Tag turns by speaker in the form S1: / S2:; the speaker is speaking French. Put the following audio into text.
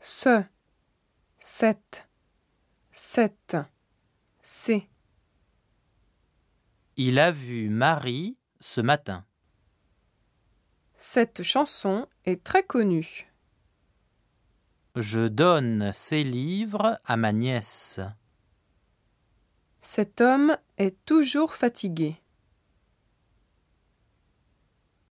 S1: ce, cette, cette, c'est.
S2: Il a vu Marie ce matin.
S1: Cette chanson est très connue.
S2: Je donne ses livres à ma nièce.
S1: Cet homme est toujours fatigué.